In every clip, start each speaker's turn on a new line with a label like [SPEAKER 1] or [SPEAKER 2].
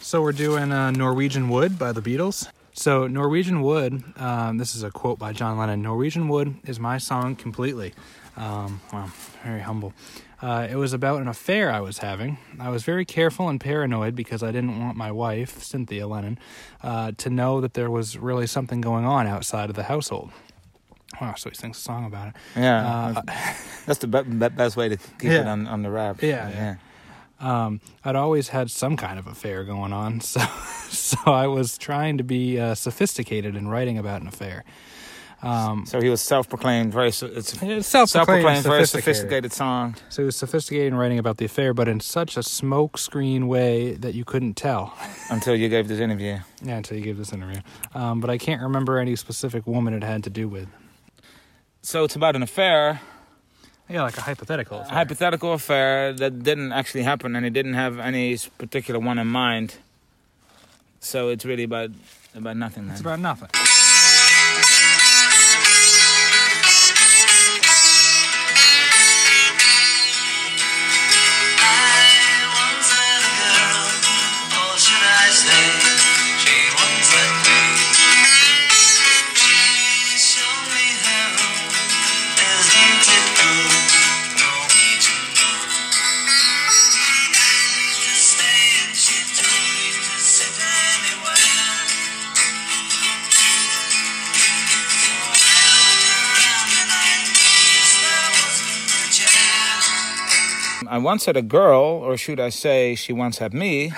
[SPEAKER 1] So we're doing uh, Norwegian Wood by the Beatles. So Norwegian Wood, um, this is a quote by John Lennon. Norwegian Wood is my song completely. Um, wow, very humble. Uh, it was about an affair I was having. I was very careful and paranoid because I didn't want my wife, Cynthia Lennon, uh, to know that there was really something going on outside of the household. Wow, so he sings a song about it.
[SPEAKER 2] Yeah, that's, that's the be- be- best way to keep it
[SPEAKER 1] Uh, Yeah.
[SPEAKER 2] on, on the wrap.
[SPEAKER 1] Yeah, yeah. um, I'd always had some kind of affair going on, so so I was trying to be uh, sophisticated in writing about an affair. Um,
[SPEAKER 2] So he was self-proclaimed, very so- it's
[SPEAKER 1] It's self-proclaimed
[SPEAKER 2] very
[SPEAKER 1] sophisticated.
[SPEAKER 2] sophisticated song.
[SPEAKER 1] So he was sophisticated in writing about the affair, but in such a smokescreen way that you couldn't tell.
[SPEAKER 2] Until you gave this interview,
[SPEAKER 1] yeah, until you gave this interview. Um, but I can't remember any specific woman it had to do with.
[SPEAKER 2] so it's about an affair,
[SPEAKER 1] Yeah, like a hypothetical.
[SPEAKER 2] a hypothetical affair that didn't actually happen, and he didn't have any s- particular one in mind. So it's really about about nothing. Then.
[SPEAKER 1] It's about nothing.
[SPEAKER 2] I once had a girl, or should I say, she once had me.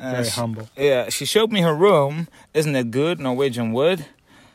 [SPEAKER 2] Uh,
[SPEAKER 1] Very
[SPEAKER 2] she-
[SPEAKER 1] humble.
[SPEAKER 2] yeah, she showed me her room. Isn't it good, Norwegian wood?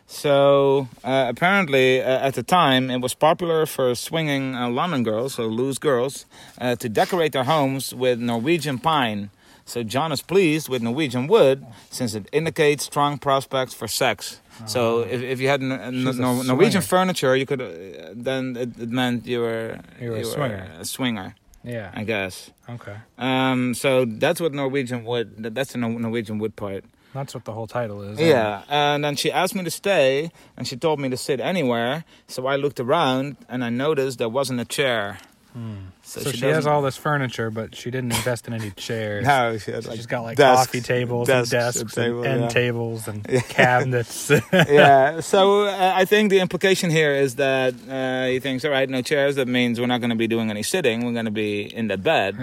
[SPEAKER 2] So uh, apparently, uh, at the time, it was popular for swinging uh, London girls, so loose girls, uh, to decorate their homes with Norwegian pine. So John is pleased with Norwegian wood since it indicates strong prospects for sex. So if, if you had n- n-
[SPEAKER 1] Ah. She's a
[SPEAKER 2] Nor- Norwegian
[SPEAKER 1] swinger.
[SPEAKER 2] furniture, you could uh, then it, it meant you were
[SPEAKER 1] You were a swinger.
[SPEAKER 2] a swinger. I
[SPEAKER 1] Yeah.
[SPEAKER 2] guess.
[SPEAKER 1] Okay.
[SPEAKER 2] Um, so that's what Norwegian wood. that- That's the Nor- Norwegian wood part.
[SPEAKER 1] That's what the whole title is.
[SPEAKER 2] Yeah, and then she asked me to stay, and she told me to sit anywhere. So I looked around, and I noticed there wasn't a chair.
[SPEAKER 1] Hmm. So, she,
[SPEAKER 2] doesn't-
[SPEAKER 1] has all this furniture, but she didn't invest in any chairs.
[SPEAKER 2] No, she had,
[SPEAKER 1] So
[SPEAKER 2] like,
[SPEAKER 1] she's got like
[SPEAKER 2] desks-
[SPEAKER 1] coffee tables and desks and,
[SPEAKER 2] table,
[SPEAKER 1] end
[SPEAKER 2] yeah.
[SPEAKER 1] tables and cabinets. yeah,
[SPEAKER 2] yeah. So uh, I think the implication here is that uh, he thinks, all right, no chairs. That means we're not going to be doing any sitting. We're going to be in the bed.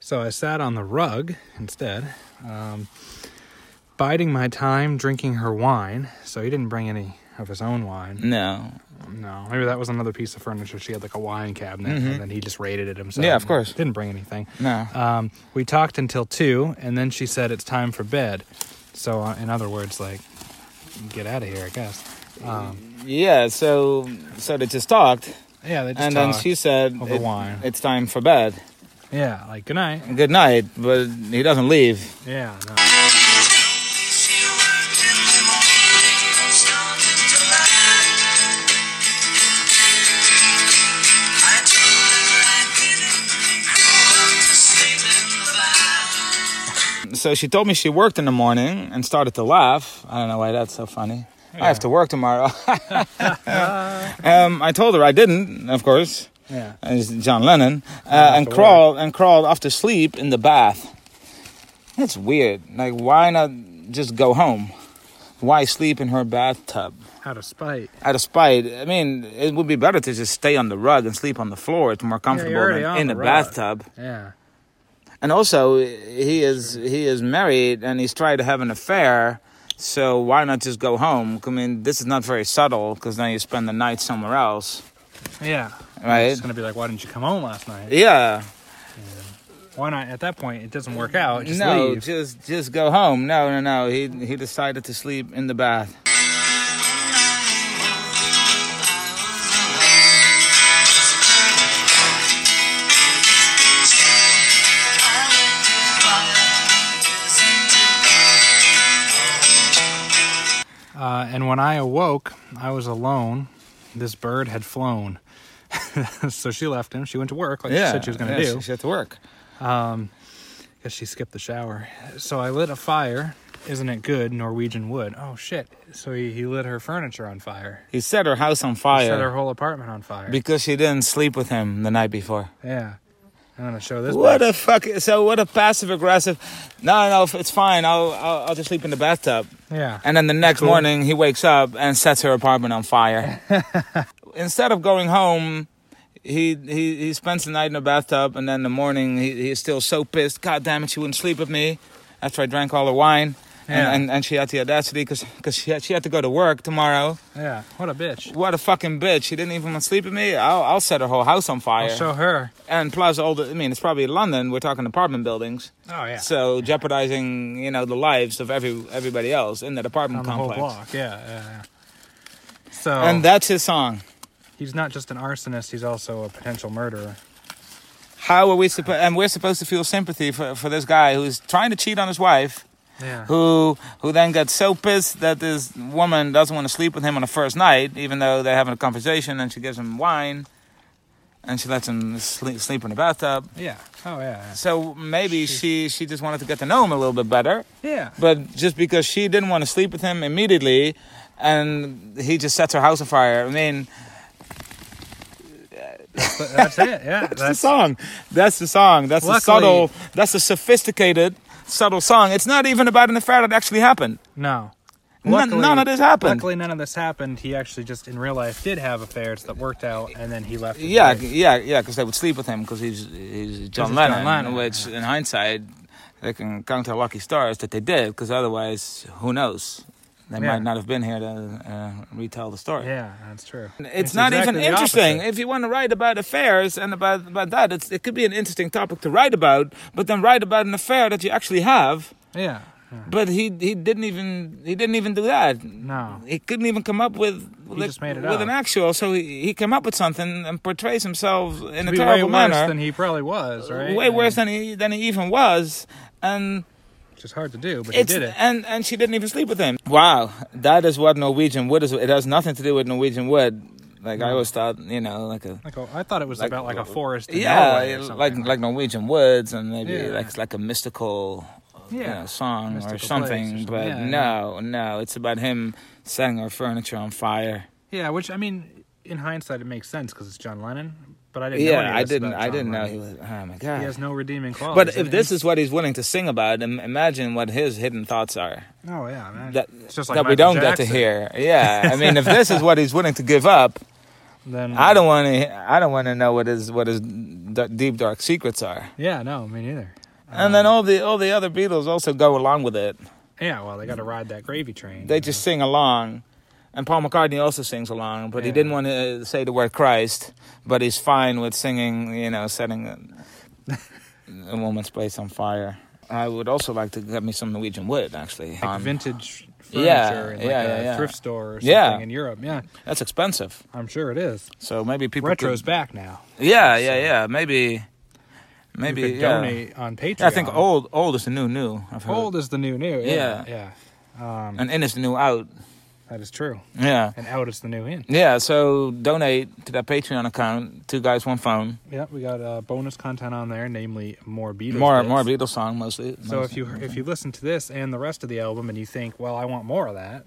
[SPEAKER 1] So I sat on the rug instead, um, biding my time, drinking her wine. So he didn't bring any of his own wine.
[SPEAKER 2] No.
[SPEAKER 1] No, maybe that was another piece of furniture. She had like a wine cabinet, and then he just raided it himself.
[SPEAKER 2] Mm-hmm. Yeah, of course.
[SPEAKER 1] Didn't bring anything.
[SPEAKER 2] No.
[SPEAKER 1] Um, we talked until two, and then she said it's time for bed. So, uh, in other words, like, get out of here, I guess. Um,
[SPEAKER 2] yeah. So so they just talked,
[SPEAKER 1] yeah, they just
[SPEAKER 2] and then
[SPEAKER 1] talked
[SPEAKER 2] she said,
[SPEAKER 1] over
[SPEAKER 2] "It-
[SPEAKER 1] wine.
[SPEAKER 2] it's time for bed.
[SPEAKER 1] yeah, like good night.
[SPEAKER 2] good night, but he doesn't leave.
[SPEAKER 1] Yeah, no.
[SPEAKER 2] So she told me she worked in the morning and started to laugh. I don't know why that's so funny. I have to work tomorrow. um, I told her I didn't, of course,
[SPEAKER 1] yeah.
[SPEAKER 2] as John Lennon, uh, and
[SPEAKER 1] to
[SPEAKER 2] crawled and crawled off to sleep in the bath. That's weird. Like, why not just go home? Why sleep in her bathtub?
[SPEAKER 1] Out of spite.
[SPEAKER 2] Out of spite, I mean, it would be better to just stay on the rug and sleep on the floor. It's more comfortable
[SPEAKER 1] already
[SPEAKER 2] than
[SPEAKER 1] on
[SPEAKER 2] in
[SPEAKER 1] the
[SPEAKER 2] the
[SPEAKER 1] rug.
[SPEAKER 2] bathtub.
[SPEAKER 1] Yeah.
[SPEAKER 2] And also, he is he is married and he's trying to have an affair. So why not just go home? I mean, this is not very subtle because then you spend the night somewhere else,
[SPEAKER 1] Yeah.
[SPEAKER 2] right?
[SPEAKER 1] It's gonna be like, why didn't you come home last night?
[SPEAKER 2] Yeah.
[SPEAKER 1] Why not? At that point, it doesn't work out. Just
[SPEAKER 2] no,
[SPEAKER 1] leave.
[SPEAKER 2] just just go home. No, no, no. He he decided to sleep in the bath.
[SPEAKER 1] Uh, and when I awoke, I was alone. This bird had flown. so she left him. She went to work, like she said she was gonna
[SPEAKER 2] yeah,
[SPEAKER 1] do.
[SPEAKER 2] She had to work.
[SPEAKER 1] because she skipped the shower. So I lit a fire. Isn't it good, Norwegian wood? Oh shit! So he, he lit her furniture on fire.
[SPEAKER 2] He set her house on
[SPEAKER 1] He Set her
[SPEAKER 2] fire
[SPEAKER 1] whole apartment on fire.
[SPEAKER 2] because she didn't sleep with him the night before.
[SPEAKER 1] yeah. I'm gonna show this.
[SPEAKER 2] What
[SPEAKER 1] bitch.
[SPEAKER 2] a fuck! So what a passive aggressive. No, no, it's fine. I'll, I'll, I'll just sleep in the bathtub.
[SPEAKER 1] yeah.
[SPEAKER 2] And then the next
[SPEAKER 1] Cool.
[SPEAKER 2] morning, he wakes up and sets her apartment on fire. Instead of going home, he, he he spends the night in the bathtub, and then in the morning, he, he is still so pissed. God damn it, she wouldn't sleep with me after I drank all her wine.
[SPEAKER 1] Yeah.
[SPEAKER 2] And, and, and she had the audacity because she, had- she had to go to work tomorrow.
[SPEAKER 1] Yeah. What a bitch.
[SPEAKER 2] What a fucking bitch. She didn't even want to sleep with me. I'll, I'll set her whole house on fire.
[SPEAKER 1] I'll show her.
[SPEAKER 2] and plus, all the, I mean, it's probably London. We're talking apartment buildings.
[SPEAKER 1] Oh yeah.
[SPEAKER 2] So jeopardizing, you know, the lives of every everybody else in that apartment
[SPEAKER 1] on the
[SPEAKER 2] complex.
[SPEAKER 1] whole block. Yeah. Yeah. yeah. So
[SPEAKER 2] And that's his song.
[SPEAKER 1] he's not just an arsonist; he's also a potential murderer.
[SPEAKER 2] How are we supposed? And we're supposed to feel sympathy for, for this guy who's trying to cheat on his wife,
[SPEAKER 1] Yeah.
[SPEAKER 2] who who then gets so pissed that this woman doesn't want to sleep with him on the first night, even though they're having a conversation, and she gives him wine, and she lets him sleep sleep in the bathtub.
[SPEAKER 1] Yeah. Oh yeah.
[SPEAKER 2] So maybe she she just wanted to get to know him a little bit better,
[SPEAKER 1] Yeah.
[SPEAKER 2] but just because she didn't want to sleep with him immediately, and he just sets her house on fire. I mean.
[SPEAKER 1] But that's it. Yeah.
[SPEAKER 2] That's the song. That's the song. That's the
[SPEAKER 1] Luckily-
[SPEAKER 2] subtle. That's the sophisticated, subtle song. It's not even about an affair that actually happened.
[SPEAKER 1] no.
[SPEAKER 2] N-
[SPEAKER 1] Luckily-
[SPEAKER 2] none of this happened.
[SPEAKER 1] Luckily, none of this happened. He actually just in real life did have affairs that worked out, and then he left. his
[SPEAKER 2] yeah,
[SPEAKER 1] wife.
[SPEAKER 2] yeah, yeah. Because they would sleep with him because he's he's John
[SPEAKER 1] John
[SPEAKER 2] Lennon,
[SPEAKER 1] Lennon,
[SPEAKER 2] which in hindsight they can count their lucky stars that they did. Because otherwise, who knows? They
[SPEAKER 1] Yeah.
[SPEAKER 2] might not have been here to uh, retell the story.
[SPEAKER 1] Yeah, that's true.
[SPEAKER 2] It's, not
[SPEAKER 1] exactly
[SPEAKER 2] even
[SPEAKER 1] the
[SPEAKER 2] interesting.
[SPEAKER 1] opposite.
[SPEAKER 2] If you want to write about affairs and about about that, it's, it could be an interesting topic to write about. But then write about an affair that you actually have.
[SPEAKER 1] Yeah. yeah.
[SPEAKER 2] But he he didn't even he didn't even do that.
[SPEAKER 1] No.
[SPEAKER 2] He couldn't even come up with with,
[SPEAKER 1] just made it
[SPEAKER 2] with an
[SPEAKER 1] up.
[SPEAKER 2] actual. So he, he came up with something and portrays himself in
[SPEAKER 1] To
[SPEAKER 2] a
[SPEAKER 1] be way
[SPEAKER 2] terrible
[SPEAKER 1] worse
[SPEAKER 2] manner,
[SPEAKER 1] than he probably was, right?
[SPEAKER 2] way
[SPEAKER 1] And
[SPEAKER 2] worse than he than he even was. And
[SPEAKER 1] Which is hard to do, but he
[SPEAKER 2] it's
[SPEAKER 1] did it.
[SPEAKER 2] and and she didn't even sleep with him. Wow, that is what Norwegian wood is. It has nothing to do with Norwegian wood. Like I always thought, you know, like a
[SPEAKER 1] Like a, I thought it was about like a forest. In Norway
[SPEAKER 2] yeah,
[SPEAKER 1] or something.
[SPEAKER 2] like like Norwegian woods, and maybe
[SPEAKER 1] Yeah.
[SPEAKER 2] like like a mystical you
[SPEAKER 1] Yeah.
[SPEAKER 2] know, song
[SPEAKER 1] Mystical
[SPEAKER 2] or
[SPEAKER 1] place or
[SPEAKER 2] something.
[SPEAKER 1] something.
[SPEAKER 2] But
[SPEAKER 1] Yeah,
[SPEAKER 2] no, no, it's about him setting our furniture on fire.
[SPEAKER 1] yeah, which I mean, in hindsight, it makes sense because it's John Lennon. But I didn't. know any
[SPEAKER 2] Yeah,
[SPEAKER 1] of
[SPEAKER 2] I
[SPEAKER 1] this
[SPEAKER 2] didn't,
[SPEAKER 1] about
[SPEAKER 2] I
[SPEAKER 1] John
[SPEAKER 2] didn't know
[SPEAKER 1] Lennon.
[SPEAKER 2] he was. Oh my
[SPEAKER 1] He has
[SPEAKER 2] god!
[SPEAKER 1] no redeeming qualities.
[SPEAKER 2] But if this is what he's willing to sing about, im- imagine what his hidden thoughts are
[SPEAKER 1] oh yeah, man,
[SPEAKER 2] that
[SPEAKER 1] it's just like
[SPEAKER 2] that we
[SPEAKER 1] Michael
[SPEAKER 2] don't get to
[SPEAKER 1] Jackson,
[SPEAKER 2] hear. Yeah, I mean, if this is what he's willing to give up,
[SPEAKER 1] Then
[SPEAKER 2] I don't want to. I don't want to know what his what his d- deep dark secrets are.
[SPEAKER 1] Yeah, no, me neither.
[SPEAKER 2] And
[SPEAKER 1] Uh.
[SPEAKER 2] then all the all the other Beatles also go along with it.
[SPEAKER 1] Yeah, well, they got to ride that gravy train.
[SPEAKER 2] they just sing along. And Paul McCartney also sings along, but he
[SPEAKER 1] Yeah.
[SPEAKER 2] didn't want to uh, say the word Christ, but he's fine with singing, you know, setting a, a woman's place on fire. I would also like to get me some Norwegian wood, actually.
[SPEAKER 1] like
[SPEAKER 2] Um,
[SPEAKER 1] vintage furniture
[SPEAKER 2] yeah,
[SPEAKER 1] in like
[SPEAKER 2] yeah,
[SPEAKER 1] a
[SPEAKER 2] yeah, yeah.
[SPEAKER 1] thrift store or something
[SPEAKER 2] Yeah.
[SPEAKER 1] in Europe. Yeah,
[SPEAKER 2] that's expensive.
[SPEAKER 1] I'm sure it is.
[SPEAKER 2] So maybe people.
[SPEAKER 1] Retro's
[SPEAKER 2] Could,
[SPEAKER 1] back now.
[SPEAKER 2] yeah, yeah, yeah. Maybe. Maybe.
[SPEAKER 1] you could
[SPEAKER 2] yeah.
[SPEAKER 1] donate on Patreon.
[SPEAKER 2] I think old old is the new new. I've heard.
[SPEAKER 1] Old is the new new. Yeah, yeah,
[SPEAKER 2] And in is the new out.
[SPEAKER 1] that is true.
[SPEAKER 2] Yeah.
[SPEAKER 1] And out is the new in.
[SPEAKER 2] Yeah, so donate to that Patreon account, Two Guys, One Phone.
[SPEAKER 1] Yeah, we got uh, bonus content on there, namely more Beatles.
[SPEAKER 2] more
[SPEAKER 1] bits.
[SPEAKER 2] more Beatles song mostly.
[SPEAKER 1] So if you if you listen to this and the rest of the album and you think, well, I want more of that,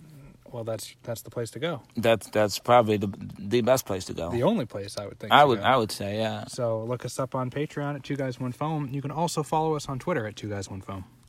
[SPEAKER 1] well, that's that's the place to go.
[SPEAKER 2] that's that's probably the the best place to go.
[SPEAKER 1] The only place I would think.
[SPEAKER 2] Oh. I
[SPEAKER 1] to
[SPEAKER 2] would
[SPEAKER 1] go.
[SPEAKER 2] I would say yeah.
[SPEAKER 1] So look us up on Patreon at Two Guys One Foam. You can also follow us on Twitter at Two Guys One Foam.